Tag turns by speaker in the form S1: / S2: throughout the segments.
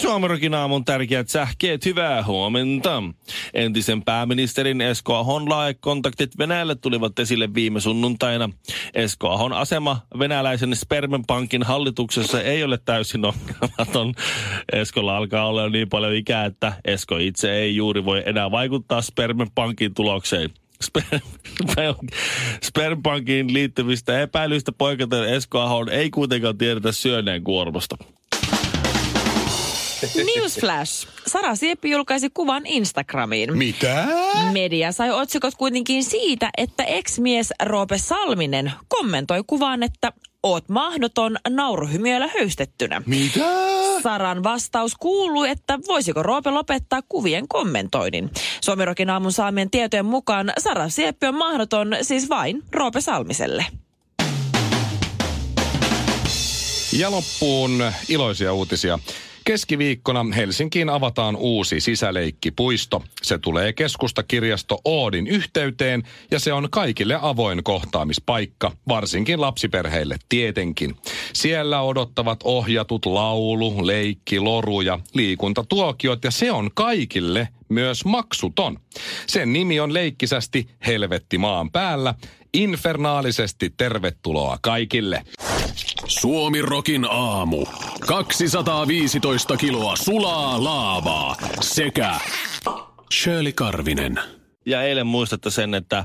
S1: Suomarokin Niin, aamun tärkeät sähkeet, hyvää huomenta. Entisen pääministerin Esko Ahon laajakontaktit Venäjälle tulivat esille viime sunnuntaina. Esko Ahon asema venäläisen spermenpankin hallituksessa ei ole täysin ongelmaton. Eskolla alkaa olla jo niin paljon ikää, että Esko itse ei juuri voi enää vaikuttaa spermenpankin tulokseen. Spermpankiin liittyvistä epäilyistä poikaten Esko Ahon ei kuitenkaan tiedetä syöneen kuormasta.
S2: Newsflash. Sara Sieppi julkaisi kuvan Instagramiin.
S3: Mitä?
S2: Media sai otsikot kuitenkin siitä, että ex-mies Roope Salminen kommentoi kuvaan, että oot mahdoton nauruhymiöllä höystettynä.
S3: Mitä?
S2: Saran vastaus kuului, että voisiko Roope lopettaa kuvien kommentoinnin. Suomirokin aamun saamien tietojen mukaan Sara Sieppi on mahdoton siis vain Roope Salmiselle.
S3: Ja loppuun iloisia uutisia. Keskiviikkona Helsinkiin avataan uusi sisäleikkipuisto. Se tulee keskustakirjasto Oodin yhteyteen ja se on kaikille avoin kohtaamispaikka, varsinkin lapsiperheille tietenkin. Siellä odottavat ohjatut laulu, leikki, loru ja liikuntatuokiot ja se on kaikille myös maksuton. Sen nimi on leikkisästi Helvetti maan päällä. Infernaalisesti tervetuloa kaikille.
S4: Suomi Rokin aamu. 215 kiloa sulaa laavaa sekä Shirley Karvinen.
S1: Ja eilen muistatte sen, että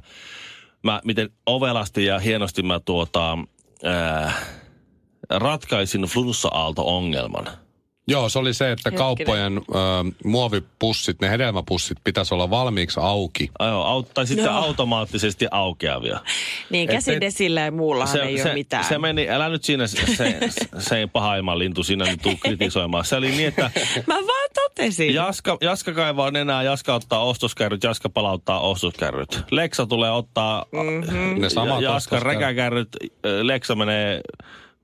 S1: mä, miten ovelasti ja hienosti mä tuota, ää, ratkaisin flunssa-aalto-ongelman.
S3: Joo, se oli se, että
S2: Hetkinen.
S3: kauppojen ö, muovipussit, ne hedelmäpussit pitäisi olla valmiiksi auki.
S1: Ai joo, au- tai sitten
S2: Joo.
S1: automaattisesti aukeavia.
S2: Niin
S3: Et-
S2: käsidesillä ja muullahan ei
S1: se,
S2: ole mitään.
S1: se meni, älä nyt siinä, se, se, se pahaimman lintu sinä nyt tuu kritisoimaan. Se oli niin, että
S2: Mä vaan totesin.
S1: Jaska, Jaska kaivaa nenää, Jaska ottaa ostoskärryt, Jaska palauttaa ostoskärryt. Leksa tulee ottaa
S2: Mm.
S1: mm-hmm.
S3: Ne samat
S1: Jaskan
S3: ostoskärryt.
S1: räkäkärryt, ö, Leksa menee,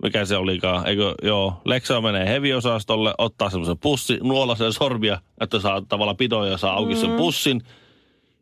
S1: mikä se olikaan, eikö, joo, Leksa menee heviosastolle, ottaa semmoisen pussi, nuola sen sormia, että saa tavallaan pidon ja saa auki sen pussin.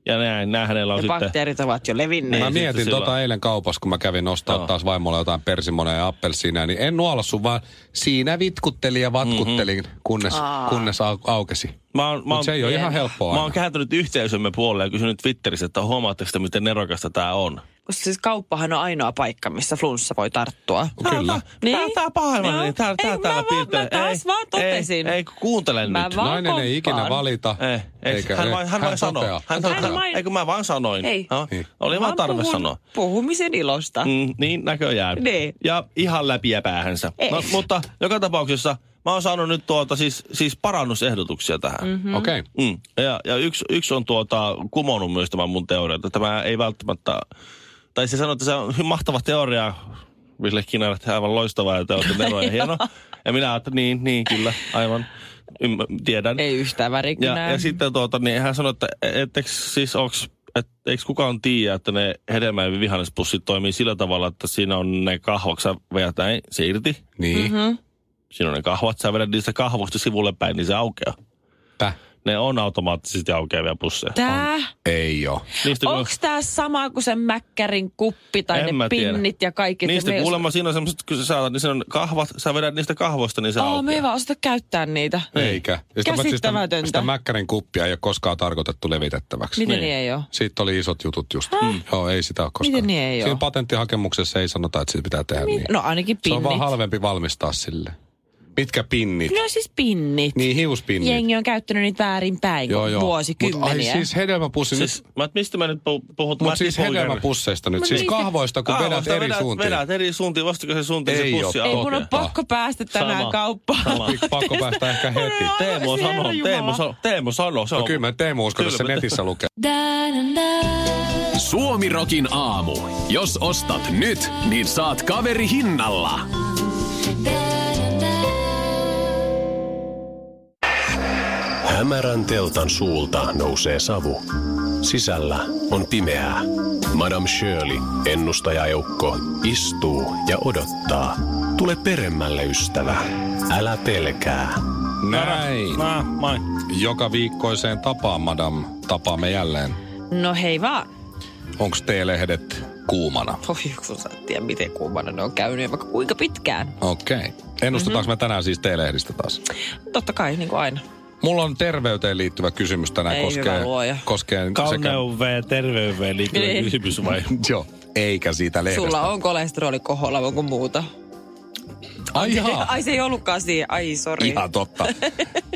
S1: Ja näin, näin hänellä on
S2: Mm. Ja
S1: sitten...
S2: bakteerit ovat jo levinneet.
S3: Mä
S1: Niin,
S3: mietin
S1: sitten
S3: tota
S1: silloin-
S3: eilen kaupassa, kun mä kävin ostaa
S1: Joo.
S3: taas vaimolle jotain persimonea ja appelsiinia, niin en nuolla sun, vaan siinä vitkuttelin ja vatkuttelin, kunnes, kunnes au, aukesi.
S1: Mhm. Mä oon, mä
S3: Mut se ei ole ihan helppoa
S1: Mä
S3: aina.
S1: oon kääntynyt yhteisömme puolelle ja kysynyt Twitterissä, että huomaatteko te, miten nerokasta tämä on?
S2: Koska siis kauppahan on ainoa paikka, missä flunssa voi tarttua.
S1: No,
S3: Kyllä.
S1: Tää on tää pahelma, niin tää, tää
S2: ei,
S1: täällä
S2: mä, vaan, mä
S1: piirtelee.
S2: taas vaan totesin.
S1: Ei, ei kun kuuntele
S2: Mä
S1: nyt.
S2: vaan
S3: Nainen ei ikinä
S2: komppaan.
S3: valita.
S1: Ei, ei,
S3: eikä-
S1: Eh, hän, vain, hän, vain sanoo.
S3: toteaa.
S1: Hän,
S2: Hän
S1: toteaa.
S2: vain-
S1: Ei kun mä vaan sanoin.
S2: Ei.
S1: No,
S3: Niin.
S1: Oli vaan tarve sanoa.
S2: Puhumisen ilosta. Mm.
S1: Mm, niin näköjään.
S2: Niin.
S1: Ja ihan läpiä päähänsä.
S2: Ei.
S1: No, mutta joka tapauksessa mä oon saanut nyt tuota siis, siis parannusehdotuksia tähän. Mm.
S3: Okei. Okay.
S1: Mm. Ja, ja yksi, yksi on tuota, kumonut myös tämän mun teoria, että tämä ei välttämättä... Tai se sanoi, että se on mahtava teoria, Ville Kinar, että aivan loistavaa ja te olette Nero ja hieno. Ja minä ajattelin, niin, niin kyllä, aivan ymmär, tiedän.
S2: Ei yhtään
S1: ja,
S2: värikynää.
S1: ja sitten tuota, niin hän sanoi, että etteks siis onks, et, eikö kukaan tiedä, että ne hedelmä- ja vihannespussit toimii sillä tavalla, että siinä on ne kahvot, sä vedät näin, se irti.
S3: Niin.
S2: Mhm.
S3: Mm-hmm.
S1: Siinä on ne kahvat, sä vedät niistä kahvoista sivulle päin, niin se aukeaa. Ne on automaattisesti aukeavia pusseja.
S2: Tää?
S3: Ei oo.
S1: Niistä kuule-
S2: Onks tää sama kuin se mäkkärin kuppi tai
S1: En
S2: ne
S1: mä tiedä.
S2: pinnit ja kaikki?
S1: Niistä
S2: Me-
S1: kuulemma siinä on semmoiset, kun sä saatat, niin siinä on kahvat, sä vedät niistä kahvoista, niin se
S2: Aa,
S1: oh,
S2: me ei vaan osata käyttää niitä.
S3: Eikä. Ja sitä paitsi sitä-
S2: Niin. Käsittämätöntä.
S3: Sitä mäkkärin kuppia ei ole koskaan tarkoitettu levitettäväksi.
S2: Miten niin ei oo?
S3: Siitä oli isot jutut just. Mm. Joo, ei sitä ole koskaan.
S2: Miten niin ei oo?
S3: Siinä patenttihakemuksessa ei sanota, että siitä pitää tehdä niin.
S2: No ainakin
S3: Se
S2: pinnit.
S3: on vaan halvempi valmistaa sille. Mitkä pinnit?
S2: No siis pinnit.
S3: Niin, hiuspinnit.
S2: Jengi on käyttänyt niitä väärin päin
S3: Joo, joo.
S2: vuosikymmeniä.
S3: Mut, ai siis hedelmäpussi.
S1: Siis,
S3: Siis,
S1: mä, et mistä mä nyt puh- puhut?
S3: Mutta
S1: Matti
S3: siis
S1: Bulger.
S3: hedelmäpusseista nyt.
S2: No
S3: Siis
S2: niistä-
S3: kahvoista, kun
S1: Kahvoista
S3: vedät eri
S1: vedät,
S3: suuntiin.
S1: Vedät eri suuntiin, vastiko se suuntiin
S3: Ei
S1: se pussi
S3: oo
S2: Ei mun
S1: aukeaa?
S2: on
S3: Okei.
S2: pakko päästä tänään
S1: Sama.
S2: kauppaan.
S1: Sama.
S3: Pakko päästä ehkä heti.
S2: Mulla on
S1: Teemu
S2: onneksi
S1: sanoo,
S2: Herra
S1: Teemu,
S2: Jumala.
S1: sanoo, Teemu sanoo. Se
S3: No
S1: on-
S3: kyllä mä Teemu uskon,
S1: Kyllä
S3: jos se
S1: mä-
S3: netissä lukee.
S4: Suomi Rokin aamu. Jos ostat nyt, niin saat kaveri hinnalla.
S5: Hämärän teltan suulta nousee savu. Sisällä on pimeää. Madame Shirley, ennustajaeukko, istuu ja odottaa. Tule peremmälle, ystävä. Älä pelkää.
S3: Näin.
S1: Nah, moi.
S3: Joka viikkoiseen tapaan, madam, tapaamme jälleen.
S2: No hei vaan.
S3: Onks T-lehdet kuumana?
S2: Voi kun sä et tiedä, miten kuumana ne on käynyt ja vaikka kuinka pitkään.
S3: Okei. Okay. Ennustetaanko mm-hmm. me tänään siis T-lehdistä taas?
S2: Totta kai, niin kuin aina.
S3: Mulla on terveyteen liittyvä kysymys tänään.
S2: Ei,
S3: koskee,
S2: hyvä luoja.
S3: koskee sekä...
S1: Kauneuve ja terveyve liikkeen
S2: Niin.
S1: kysymys vai?
S3: Joo, eikä siitä lehdestä.
S2: Sulla on kolesteroli koholla, onko muuta?
S3: Ai jaa.
S2: Ai se ei ollutkaan siihen. Ai sori.
S3: Ihan totta.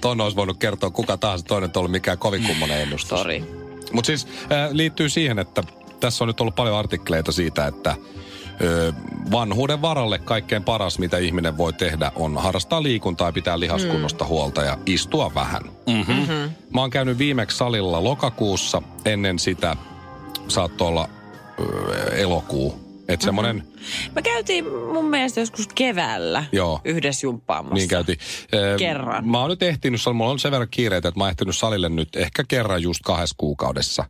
S3: Tuon olisi voinut kertoa kuka tahansa toinen, että on ollut mikään kovin kummonen ennustus.
S2: Sori.
S3: Mutta siis äh, liittyy siihen, että tässä on nyt ollut paljon artikkeleita siitä, että ö, vanhuuden varalle kaikkein paras, mitä ihminen voi tehdä, on harrastaa liikuntaa ja pitää lihaskunnosta huolta ja istua vähän. Mm-hmm. Mä oon käynyt viimeksi salilla lokakuussa, ennen sitä saattoi olla ö, elokuu. Että semmoinen
S2: Me käytiin mun mielestä joskus keväällä
S3: Joo.
S2: yhdessä jumppaamassa.
S3: Niin käytiin. Ö,
S2: Kerran.
S3: Mä oon nyt ehtinyt, sal- mulla on sen verran kiireitä, että mä oon ehtinyt salille nyt ehkä kerran just kahdessa kuukaudessa.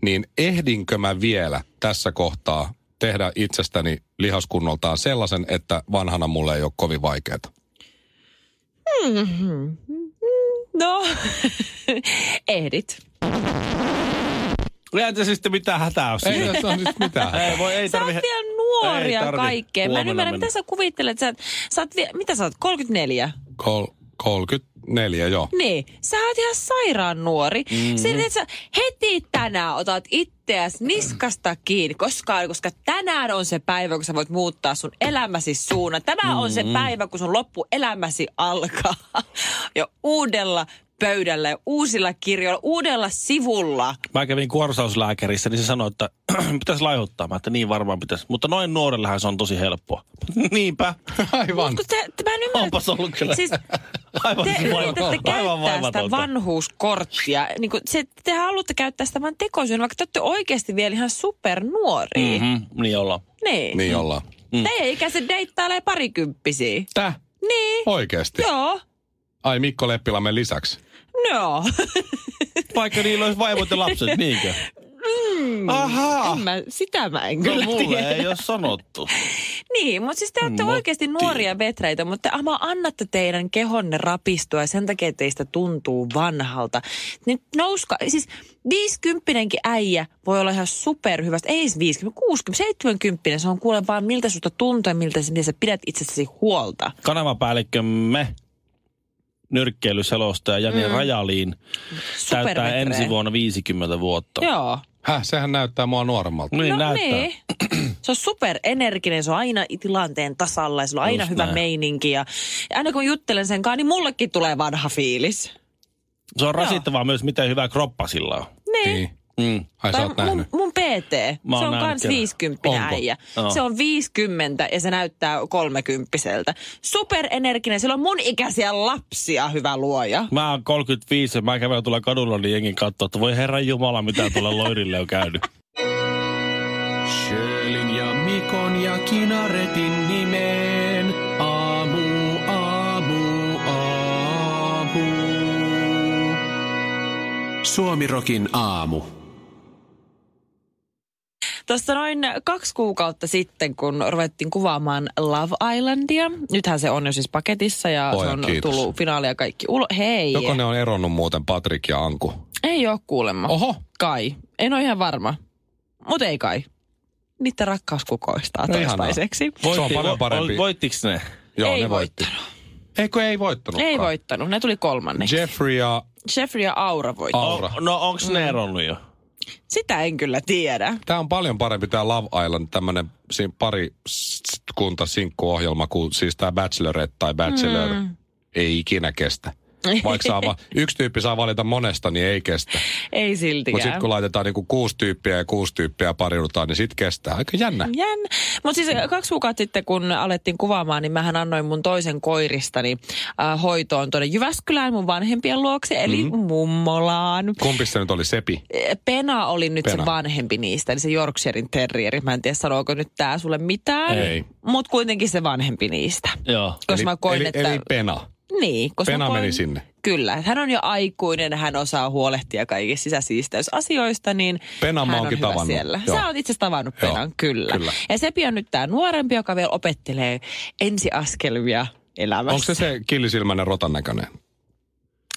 S3: Niin ehdinkö mä vielä tässä kohtaa tehdä itsestäni lihaskunnoltaan sellaisen, että vanhana mulle ei ole kovin vaikeaa.
S2: No, ehdit.
S1: Eihän tässä sitten mitään hätää ole
S3: Ei
S1: siinä.
S3: tässä ole nyt mitään.
S1: Ei, voi, ei
S2: Sä oot
S1: tarvi...
S2: vielä nuoria
S1: Ei tarvi
S2: kaikkeen. Mä en
S1: huomenna
S2: ymmärrä,
S1: mennä.
S2: mitä sä kuvittelet. Sä, sä oot vie, mitä sä oot, 34?
S3: Kol, 34, joo.
S2: Niin, sä oot ihan sairaan nuori.
S1: Mhm.
S2: Mm-hmm. Sen, että sä heti tänään otat itteäs niskasta kiinni, koska, koska tänään on se päivä, kun sä voit muuttaa sun elämäsi suunnan. Tämä mm-hmm. on se
S1: Mhm.
S2: päivä, kun sun loppuelämäsi alkaa. Ja uudella pöydällä ja uusilla kirjoilla, uudella sivulla.
S1: Mä kävin kuorsauslääkärissä, niin se sanoi, että pitäisi laihuttaa. Mä että niin varmaan pitäisi. Mutta noin nuorellähän se on tosi helppoa. Niinpä.
S3: Aivan.
S2: Kun te, te, mä en ymmärrä,
S1: Onpas ollut kyllä.
S2: Siis,
S1: Aivan
S2: te
S1: vaiva-
S2: yritätte
S1: aivan
S2: käyttää sitä
S1: vaivatonta.
S2: vanhuuskorttia. Niin kuin se, te haluatte käyttää sitä vain tekosyyn, vaikka te olette oikeasti vielä ihan supernuoria. Mm.
S1: Mm, niin ollaan.
S2: Niin.
S3: Niin ollaan.
S2: Mm. Teidän ikäiset deittailee parikymppisiä.
S3: Täh?
S2: Niin.
S3: Oikeesti?
S2: Joo.
S3: Ai Mikko Leppilamme lisäksi.
S2: No.
S1: Vaikka niillä olisi vaimot ja lapset, niinkö? No Ahaa.
S2: En mä, sitä mä en
S1: No
S2: kyllä
S1: mulle
S2: tiedä.
S1: ei ole sanottu.
S2: Niin, mutta siis te olette
S1: Motti.
S2: oikeasti nuoria vetreitä, mutta te ama annatte teidän kehonne rapistua ja sen takia teistä tuntuu vanhalta. Nyt nouska, siis 50 äijä voi olla ihan superhyvästä, ei edes 50, 60, 70, se on kuule vaan miltä susta tuntuu ja miltä, miten sä pidät itsestäsi huolta.
S1: Kanavapäällikkömme nyrkkeilyselostaja Jani mm. Rajaliin täyttää
S2: Supervetreä.
S1: ensi vuonna 50 vuotta.
S2: Joo.
S3: Häh, sehän näyttää mua nuoremmalta.
S1: Niin
S2: no
S1: näyttää.
S2: niin. Se on superenerginen, se on aina tilanteen tasalla ja sillä on aina
S1: Just
S2: hyvä
S1: näin.
S2: meininki. Ja ja aina kun juttelen sen kanssa, niin mullekin tulee vanha fiilis.
S1: Se on rasittavaa myös, miten hyvä kroppa sillä on.
S2: Niin.
S3: Niin.
S1: Mm.
S3: Ai sä
S2: Tai
S3: oot
S2: mun,
S3: nähnyt.
S2: mun PT,
S1: Mä oon
S2: se on
S1: nähnyt
S2: kans
S1: kerran.
S2: 50
S1: Onko?
S2: äijä.
S1: Joo.
S2: Se on 50 ja se näyttää 30 Superenerginen, sillä on mun ikäisiä lapsia, hyvä luoja.
S1: Mä oon 35 ja mä kävelen tuolla kadulla, niin jengi katsoo, että voi herra jumala, mitä tuolla loirille on käynyt.
S4: Sjölin ja Mikon ja Kinaretin nimeen. Aamu, aamu, aamu.
S5: Suomirokin aamu.
S2: Tuossa noin kaksi kuukautta sitten, kun ruvettiin kuvaamaan Love Islandia. Nythän se on jo siis paketissa ja
S3: Voi,
S2: se on
S3: kiitos.
S2: tullut finaalia kaikki ulos. Hei,
S3: Joko ne on eronnut muuten Patrik ja Anku?
S2: ei ole kuulemma.
S3: Oho,
S2: Kai. En ole ihan varma. Mutta ei kai. Niitä rakkaus kukoistaa
S3: No ihanaa.
S2: toistaiseksi.
S3: se on paljon parempi.
S1: vo- Voittiks ne?
S3: Joo,
S2: Ei
S3: ne voitti. Eikö ei voittanut?
S2: Ei voittanut. Ne tuli kolmanneksi.
S3: Jeffrey ja
S2: Jeffrey ja Aura voitti.
S3: Au-
S2: Oh.
S3: Aura.
S1: O- no onks ne eronnut jo?
S2: Sitä en kyllä tiedä.
S3: Tämä on paljon parempi tämä Love Island, tämmöinen pari s- kunta sinkkuohjelma kuin siis tämä Bachelorette tai Bachelor. Mm. Ei ikinä kestä. Vaikka saa va- yksi tyyppi saa valita monesta, niin ei kestä.
S2: Ei
S3: Mutta
S2: siltikään.
S3: sitten kun laitetaan niinku kuusi tyyppiä ja kuusi tyyppiä pariudutaan, niin sitten kestää. Aika jännä.
S2: Jän. Mutta siis kaksi kuukautta sitten, kun alettiin kuvaamaan, niin mähän annoin mun toisen koiristani äh, hoitoon tuonne Jyväskylään mun vanhempien luokse, eli
S3: Mhm.
S2: mm-hmm. mummolaan.
S3: Kumpi se nyt oli? Sepi?
S2: Eh, Pena oli nyt
S3: Pena.
S2: se vanhempi niistä, eli se Yorkshirein terrieri. Mä en tiedä, sanooko nyt tää sulle mitään,
S3: Ei.
S2: mutta kuitenkin se vanhempi niistä.
S1: Joo.
S2: Koska
S3: eli,
S2: mä koin,
S3: eli,
S2: että...
S3: eli Pena.
S2: Niin, koska
S3: Pena
S2: mä koin,
S3: meni sinne.
S2: Kyllä, hän on jo aikuinen, hän osaa huolehtia kaikista sisäsiisteysasioista, niin
S3: Penan mä
S2: hän on
S3: oonkin
S2: hyvä
S3: tavannut,
S2: siellä.
S3: joo.
S2: Sä oot itse asiassa tavannut
S3: Joo,
S2: Penan, kyllä.
S3: kyllä.
S2: kyllä. Ja Sepi on nyt tämä nuorempi, joka vielä opettelee ensiaskelmia elämässä.
S3: Onko se se killisilmäinen rotan näköinen?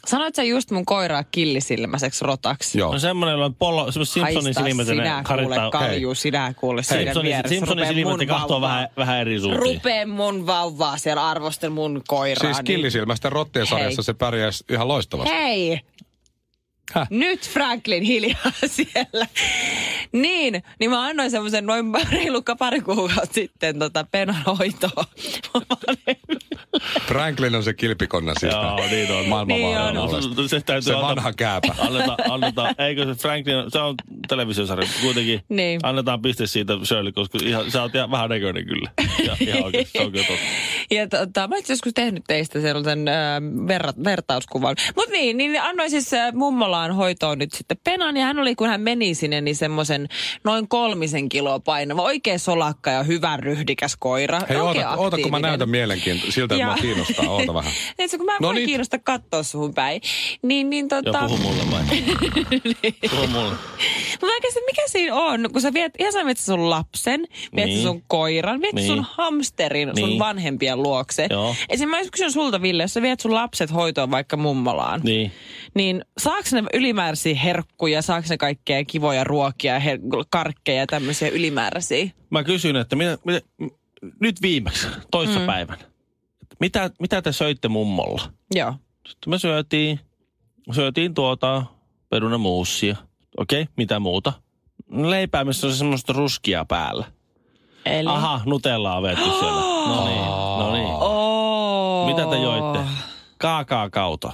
S2: Sanoit sä just mun koiraa killisilmäiseksi rotaksi?
S3: Joo.
S1: No semmoinen, jolla on polo, semmoinen Simpsonin
S2: Haista
S1: silmätinen
S2: sinä kuule
S1: karittaa.
S2: kalju, sinä kuule siinä
S1: Simpsonin,
S2: vieressä.
S1: Simpsonin
S2: Rupee
S1: silmätinen
S2: mun
S1: kahtoo
S2: vauvaa-
S1: vähän, vähän eri suuntiin.
S2: Rupee mun vauvaa siellä arvostel mun koiraa.
S3: Siis killisilmäisten rottien sarjassa
S2: niin- Hei.
S3: se pärjäisi ihan loistavasti.
S2: Hei!
S3: Häh?
S2: Nyt Franklin hiljaa siellä. Niin, niin mä annoin semmoisen noin reilu pari kuukautta sitten tota penon hoitoa.
S3: Franklin on se kilpikonna siitä.
S1: Joo, niin on.
S3: Maailman
S2: Niin
S3: vaaran
S2: on.
S3: alaista.
S1: Se täytyy
S3: Se
S1: antaa-
S3: vanha kääpä.
S1: Annetaan, annetaan, eikö se Franklin, se on televisiosarja kuitenkin.
S2: Niin.
S1: Annetaan piste siitä Shirley, koska ihan, sä oot ihan vähän näköinen kyllä. Ja, ihan oikeasti, se on kyllä totta.
S2: Ja tota, mä itse joskus tehnyt teistä sellaisen ää, verrat, vertauskuvan. Mut niin, niin annoin siis ää, mummolaan hoitoon nyt sitten penan. Ja hän oli, kun hän meni sinne, niin semmoisen noin kolmisen kiloa painava. Oikein solakka ja hyvä ryhdikäs koira.
S3: Hei,
S2: Oikein
S3: oota, oota, kun mä
S2: aktiivinen.
S3: näytän mielenkiintoista. Siltä, että
S2: Ja-
S3: mä kiinnostaa. Oota vähän.
S2: Niin, se kun mä en
S3: No
S2: no niin.
S3: niin.
S2: kiinnosta katsoa suhun päin. Niin, niin
S1: Ja
S2: tota...
S1: puhu mulle vai? Puhu mulle.
S2: Mutta mä oikeastaan, mikä siinä on, kun sä viet, ihan sä viet sun lapsen, viet
S1: Niin.
S2: niin. sun koiran, viet
S1: Niin.
S2: niin. sun hamsterin niin.
S1: Niin.
S2: sun vanhempien luokse.
S1: Joo.
S2: Esimerkiksi mä kysyn sulta, Ville, jos sä viet sun lapset hoitoon vaikka mummolaan, niin,
S1: Niin.
S2: niin saaks ne ylimääräisiä herkkuja, saaks ne kaikkea kivoja ruokia, her- karkkeja ja tämmöisiä ylimääräisiä?
S1: Mä kysyn, että mitä, mitä, m- nyt viimeksi, toissa mm. päivänä. Että Mitä, mitä te söitte mummolla?
S2: Joo.
S1: Sitten me syötiin, syötiin tuota perunamuussia. Okei, okay, mitä muuta? No Leipää, missä on semmoista ruskia päällä.
S2: Eli...
S1: Aha, Nutellaa on vetty siellä. No niin, no niin.
S2: Oh.
S1: Mitä te joitte? Kaakaakauta.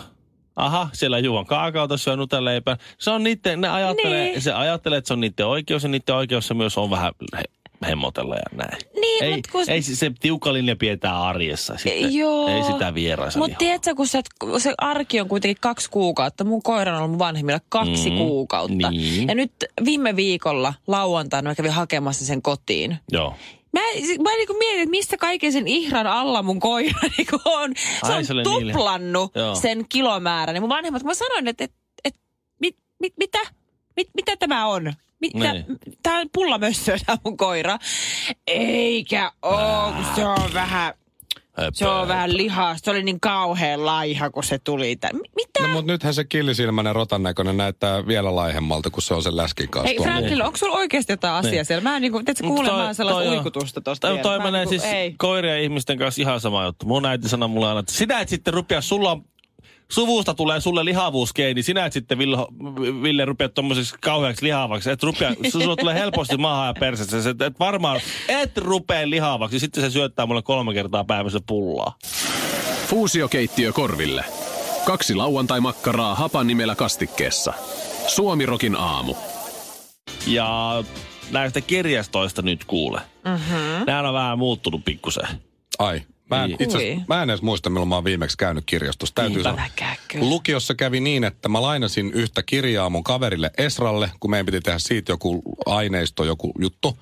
S1: Aha, siellä juon kaakaota, syö Nutelleipää. Se on niitten, ne ajattelee,
S2: Niin.
S1: se ajattelee, että se on niiden oikeus ja niiden oikeus se myös on vähän he, hemmotella ja näin.
S2: Niin,
S1: ei,
S2: mut kun-
S1: ei se, se tiukka linja pidetään arjessa sitten.
S2: Joo.
S1: Ei sitä vieraansa
S2: Mutta tiedätkö, kun sä, kun se arki on kuitenkin kaksi kuukautta. Mun koira on ollut mun vanhemmilla kaksi
S1: Mm,
S2: mm, kuukautta.
S1: niin.
S2: Ja nyt viime viikolla lauantaina mä kävin hakemassa sen kotiin.
S1: Joo.
S2: Mä, mä niinku mietin, että mistä kaiken sen ihran alla mun koira niinku on. Se
S1: Ai,
S2: on
S1: se oli niillä.
S2: tuplannut
S1: Joo.
S2: sen kilomäärän. Ja mun vanhemmat, kun mä sanoin, että et, et, mit, mit, mitä, mit, mitä tämä on? Mitä,
S1: Niin.
S2: tää on pullamössö tää mun koira. Eikä oo, kun se on vähän... Se on vähän lihaa. Se oli niin kauhean laiha, kun se tuli tänne. M- Mitä?
S3: No, mutta nythän se killisilmäinen rotan näköinen näyttää vielä laihemmalta, kun se on sen läskin kanssa.
S2: Hei
S3: tuolla.
S2: Franklin, onko sulla oikeasti jotain asiaa
S1: Niin.
S2: siellä? Mä en niinku, teetkö
S1: Mut
S2: kuule,
S1: toi-
S2: mä oon sellaista
S1: toi on-
S2: uikutusta tosta
S1: Toi,
S2: vielä.
S1: toi
S2: Mä en
S1: menee
S2: niinku-
S1: siis
S2: ei.
S1: koirien ja ihmisten kanssa ihan sama juttu. Mun äiti sanoi mulle aina, että sinä et sitten rupea, sulla on, suvusta tulee sulle lihavuuskeini, sinä et sitten Ville, Ville rupea tommoseksi kauheaksi lihavaksi. Et rupea, su- sulla tulee helposti maahan ja perseessä, et, et varmaan et rupea lihavaksi. Sitten se syöttää mulle kolme kertaa päivässä pullaa.
S5: Fuusiokeittiö korville. Kaksi lauantai-makkaraa hapan nimellä kastikkeessa. Suomirokin aamu.
S1: Ja näistä kirjastoista nyt kuule. Mm-hmm. Nämä on vähän muuttunut pikkusen.
S3: Ai. Mä en,
S1: Niin.
S3: itse,
S2: Ui.
S3: asiassa- mä en edes muista, milloin mä oon viimeksi käynyt kirjastossa. Täytyy sanoa.
S2: Äläkää kyllä.
S3: Lukiossa kävi niin, että mä lainasin yhtä kirjaa mun kaverille Esralle, kun meidän piti tehdä siitä joku aineisto, joku juttu.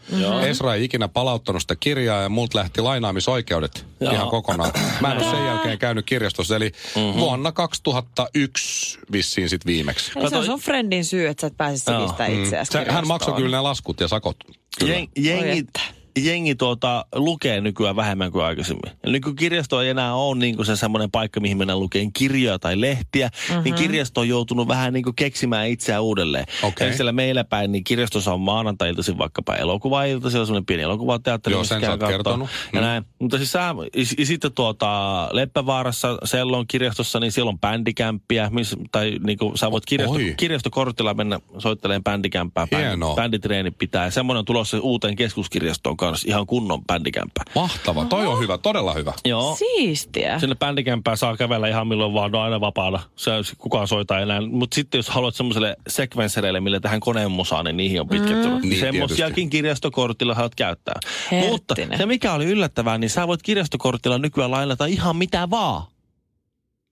S3: Esra ei ikinä palauttanut sitä kirjaa ja multa lähti lainaamisoikeudet
S1: Joo.
S3: ihan kokonaan. Mä en ole sen jälkeen käynyt kirjastossa, eli
S1: Mhm.
S3: vuonna 2001 vissiin sit viimeksi.
S2: Eli se
S1: Kato-
S2: on sun friendin syy, että sä et pääse
S1: Joo.
S2: sivistää itseäsi
S3: Se, hän maksoi kyllä ne laskut ja sakot. Kyllä.
S1: Jeng, jengi,
S2: että.
S1: jengi tuota, lukee nykyään vähemmän kuin aikaisemmin. Ja nyt kun kirjasto ei enää ole niin kuin se semmoinen paikka, mihin mennään lukeen kirjoja tai lehtiä, mm-hmm. niin kirjasto on joutunut vähän niin kuin keksimään itseään uudelleen.
S3: Okei.
S1: Eli siellä meillä päin, niin kirjastossa on maanantai-iltaisin vaikkapa elokuva-ilta, siellä on semmoinen pieni elokuvateatteri.
S3: Joo,
S1: missä
S3: sen
S1: käy
S3: sä oot
S1: kattoo.
S3: kertonut.
S1: Ja
S3: Mm.
S1: näin. Mutta siis sä, ja sitten tuota, Leppävaarassa, Sellon kirjastossa, niin siellä on bändikämppiä, missä, tai niin kuin, sä voit kirjasto,
S3: Oi.
S1: kirjastokortilla mennä soitteleen bändikämppää. Bändi,
S3: Hienoa.
S1: bänditreeni pitää. Ja Semmoinen on tulossa uuteen keskuskirjastoon kanssa ihan kunnon bändikämppä.
S3: Mahtava, toi on hyvä, todella hyvä.
S1: Joo.
S2: Siistiä.
S1: Sinne bändikämppään saa kävellä ihan milloin vaan, no aina vapaana. Se, kukaan soittaa enää. Mutta sitten jos haluat semmoiselle sekvenssereille, millä tähän koneen musaan, niin niihin on pitkät mm.
S3: Niin,
S1: Semmoisiakin
S3: tietysti.
S1: kirjastokortilla haluat käyttää.
S2: Herttinen.
S1: Mutta se mikä oli yllättävää, niin sä voit kirjastokortilla nykyään lainata ihan mitä vaan.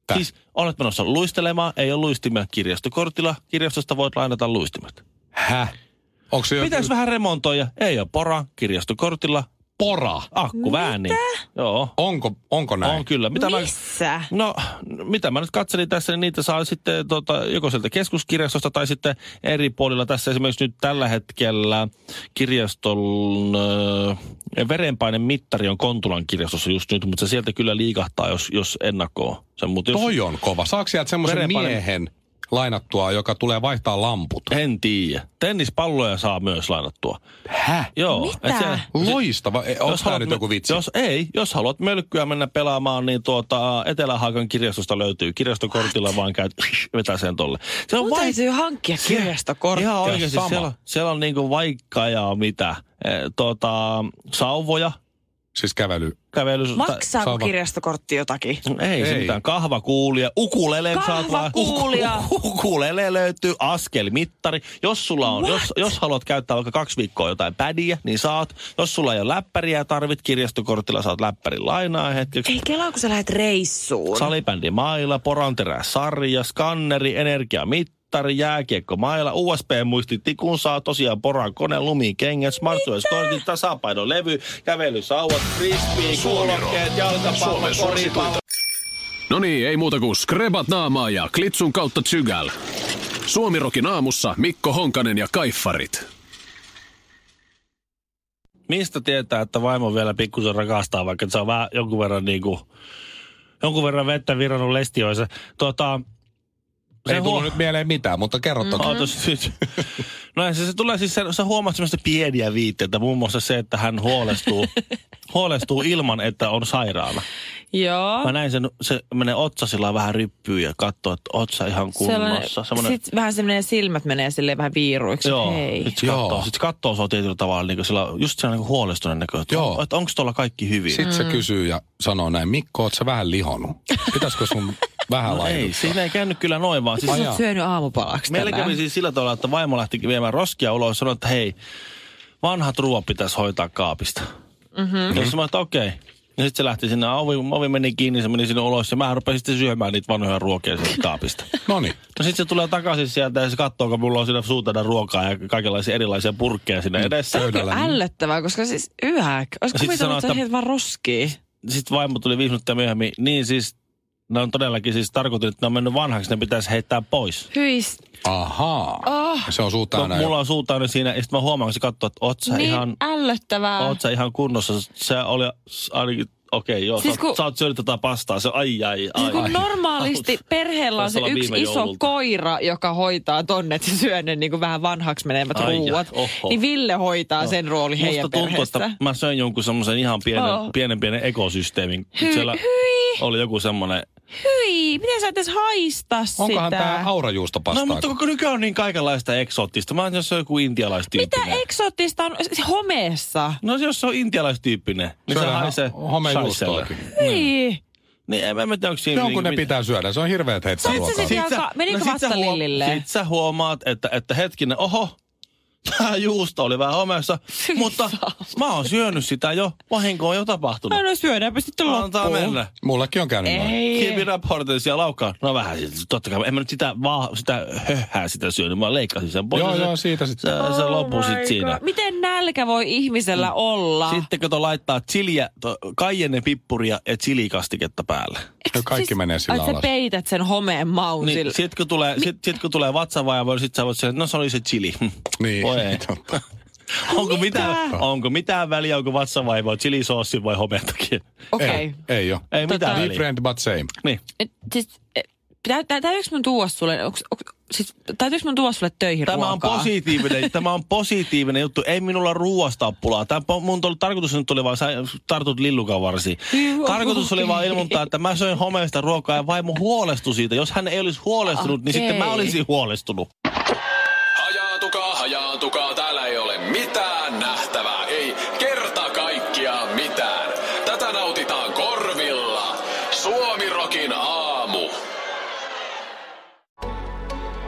S3: Tää.
S1: Siis olet menossa luistelemaan, ei ole luistimia kirjastokortilla. Kirjastosta voit lainata luistimet.
S3: Häh? Onko se jo-
S1: Pitäis vähän remontoida. Ei ole pora, kirjastokortilla,
S3: pora.
S1: Akku vääni. Joo.
S3: Onko, onko näin?
S1: On kyllä. Mitä mä,
S2: Missä?
S1: no, mitä mä nyt katselin tässä, niin niitä saa sitten tota, joko sieltä keskuskirjastosta tai sitten eri puolilla. Tässä esimerkiksi nyt tällä hetkellä kirjaston ö, verenpainemittari on Kontulan kirjastossa just nyt, mutta se sieltä kyllä liikahtaa, jos, jos ennakoo. Sen, mutta jos,
S3: Toi on kova. Saako sieltä semmoisen
S1: Verenpaine-
S3: miehen lainattua, joka tulee vaihtaa lamput?
S1: En tiedä. Tennispalloja saa myös lainattua.
S3: Häh?
S1: Joo.
S2: Mitä?
S1: et siellä-
S3: Loistava. Onko tämä
S1: haluat
S3: nyt
S1: me-
S3: joku vitsi?
S1: Jos, ei, jos haluat mölkkyä mennä pelaamaan, niin tuota, Etelä-Haakan kirjastosta löytyy. Kirjastokortilla vaan käyt, vetää sen tolle. Se
S2: Mun
S1: vai-
S2: täytyy hankkia
S1: Sie-
S2: kirjastokortti.
S1: Ihan oikeasti,
S3: sama.
S1: siellä, on- siellä on niinku vaikka ja mitä. E, tuota, sauvoja,
S3: Siis kävely.
S1: kävely...
S2: Maksaako
S3: Sama.
S2: kirjastokortti jotakin?
S1: Ei, ei. se
S3: Ei.
S1: mitään. Kahvakuulia, ukulele.
S2: Kahvakuulia.
S1: Ukulele löytyy, askelmittari. Jos sulla on, jos, jos, haluat käyttää vaikka kaksi viikkoa jotain pädiä, niin saat. Jos sulla ei ole läppäriä ja tarvit kirjastokortilla, saat läppärin lainaa hetkeksi.
S2: Ei kelaa, kun sä lähdet reissuun.
S1: Salibändi maila, poranterä sarja, skanneri, energiamittari, jääkiekko maila, USB-muistitikun saa tosiaan poran kone, lumikengät, smartwatch-kortit, tasapainon levy, kävelysauvat, frisbee, kuulokkeet, jalkapallo, koripallo.
S5: No niin, ei muuta kuin skrebat naamaa ja klitsun kautta tsygäl. Suomirokin aamussa Mikko Honkanen ja Kaiffarit.
S1: Mistä tietää, että vaimo vielä pikkusen rakastaa, vaikka se on vähän jonkun verran niin kuin, jonkun verran vettä virannut lestioissa. Tota,
S3: Ei
S1: se Mm.
S3: tullut nyt mieleen mitään, mutta kerro toki.
S1: Ootas nyt. No se, se tulee siis, se, sä huomaat semmoista pieniä viitteitä, muun muassa se, että hän huolestuu, huolestuu ilman, että on sairaana.
S2: Joo.
S1: Mä näin sen, se menee otsa sillä lailla vähän ryppyyn ja katsoo, että otsa ihan kunnossa. Semmoinen,
S2: Sitten vähän semmoinen silmät menee silleen vähän viiruiksi.
S1: joo,
S2: Hei.
S1: sit se katsoo,
S3: Joo.
S1: sit se katsoo sua tietyllä tavalla, niin sillä, just se on niin huolestuneen näkö, että,
S3: Joo.
S1: että onko tuolla kaikki hyvin.
S3: Sitten se kysyy ja sanoo näin, Mikko, oot sä vähän lihonut? Pitäisikö sun vähän
S1: no ei,
S3: laittaa?
S1: siinä ei käynyt kyllä noin vaan. Siis,
S3: Ai
S2: Sä oot
S3: jaa.
S2: syönyt aamupalaksi
S1: Meillä kävi
S2: tänään.
S1: siis sillä tavalla, että vaimo lähti viemään roskia ulos ja sanoi, että hei, vanhat ruoat pitäisi hoitaa kaapista. Mm-hmm. Ja sitten mä että okei. Ja sitten se lähti sinne, ovi, ovi meni kiinni, se meni sinne ulos ja mä rupesin sitten syömään niitä vanhoja ruokia sieltä kaapista.
S3: No niin.
S1: No sitten se tulee takaisin sieltä ja se katsoo, kun mulla on siinä suutena ruokaa ja kaikenlaisia erilaisia purkkeja siinä edessä.
S2: Tämä on kyllä ällöttävää, koska siis yhäk. Olisiko
S1: Sitten sanoo,
S2: kuvitellut, että
S1: että-
S2: heitä vaan roskii?
S1: Sitten vaimo tuli viisi minuuttia myöhemmin, niin siis ne on todellakin siis tarkoitettu, että ne on mennyt vanhaksi, ne pitäisi heittää pois.
S2: Hyis.
S3: Ahaa.
S2: Oh.
S3: Se on suu
S1: No,
S3: täynnä.
S1: mulla on suu täynnä siinä, ja sitten mä huomaan, kun se katsoo, että oot sä,
S2: Niin
S1: ihan,
S2: ällöttävää.
S1: oot sä ihan kunnossa. Se oli s- ainakin, okei okay, joo,
S2: Siis
S1: siis sä,
S2: kun-
S1: kun... sä oot syönyt tätä pastaa, se ai ai ai.
S2: Siis kun
S1: ai.
S2: normaalisti perheellä on
S1: Taisi
S2: se
S1: olla
S2: yksi
S1: viime
S2: iso
S1: joululta.
S2: koira, joka hoitaa tonne, että se syö ne niin kuin vähän vanhaksi menevät
S1: Ai ja,
S2: ruuat.
S1: oho. No,
S2: Niin Ville hoitaa sen rooli heidän
S1: Musta tuntuu,
S2: perheessä.
S1: että mä söin jonkun semmoisen ihan pienen,
S2: Oh.
S1: oh. pienen, pienen ekosysteemin.
S2: Hyi,
S1: Siellä
S2: hyi.
S1: oli joku semmoinen.
S2: Hyi, miten sä et edes haista
S3: Onkohan
S2: sitä?
S3: tää aurajuusta
S1: No
S3: pastaa?
S1: mutta kun nykyään on niin kaikenlaista eksoottista. Mä jos se on joku
S2: Mitä
S1: intialaistyyppinen.
S2: eksoottista on siis homeessa?
S1: No jos se on intialaistyyppinen, niin se
S3: Syödään
S1: haisee
S3: homejuustoakin.
S1: shaiselle.
S2: Hyi.
S1: Niin en mä- mä tiedä, onko siinä...
S3: Ne on, kun ne
S1: niinku mit-
S3: pitää syödä. Se on hirveet
S2: Sait sä
S3: heittoruokaa.
S2: sit-
S1: Sit sä- no
S2: Jalka- menikö
S1: sit sä
S2: vasta
S1: huo-
S2: lillille?
S1: Sit sä huomaat, että, että hetkinen, oho, tämä juusto oli vähän homeessa, mutta mä oon syönyt sitä jo, vahinko on jo tapahtunut.
S2: No, no syödäänpä sitten
S1: Antaa
S2: loppuun. Niin.
S1: mennä.
S3: Mullekin on käynyt noin.
S1: Keep it up, Hortensia Laukka. No vähän, sit- totta kai. En mä nyt sitä, vaan, sitä höhää sitä syönyt. Mä leikkasin sen pois.
S3: Joo,
S1: ja se,
S3: joo, siitä sitten.
S1: Se,
S2: Oh
S1: se loppui Oh sit siinä. Mm.
S2: Miten nälkä voi ihmisellä olla?
S1: Sitten kato laittaa chiliä, to, kaijenne pippuria ja chilikastiketta päälle.
S3: No kaikki
S1: siis
S3: menee sillä
S2: alas. Siis, Sä
S3: alas.
S2: peität sen homeen maun
S1: Niin,
S2: sillä.
S1: sit kun tulee, sit, sit, kun tulee vatsavaiva, sit sä voit sanoa, että no se oli se chili.
S3: Niin.
S1: Voi ei.
S3: Totta.
S1: Onko mitään, onko mitään väliä, onko vatsavaivaa chilisoossin vai hometakin?
S2: Okei.
S3: Ei, ei ole.
S1: Ei mitään
S2: Tota-
S1: väliä.
S3: Different but same.
S1: Niin.
S2: Et Siis, eh, tä- tä- täytyykö mun tuoda sulle, onks, onks, siis, täytyykö mun tuoda sulle töihin
S1: Tämä on,
S2: ruokaa?
S1: positiivinen, tämä on positiivinen juttu. Ei minulla ruuasta ole pulaa. Tämä, po- mun tol, tarkoitus nyt oli vaan, sä tartut lillukan varsiin.
S2: Niin,
S1: Tarkoitus oli vaan ilmoittaa, että mä söin homeista ruokaa ja vaimo huolestui siitä. Jos hän ei olisi huolestunut, niin sitten mä
S2: Okei.
S1: olisin huolestunut.
S4: Hajaantukaa, hajaantukaa, täällä ei ole mitään nähtävää, ei kerta kaikkiaan mitään. Tätä nautitaan korvilla. Suomirokin aamu.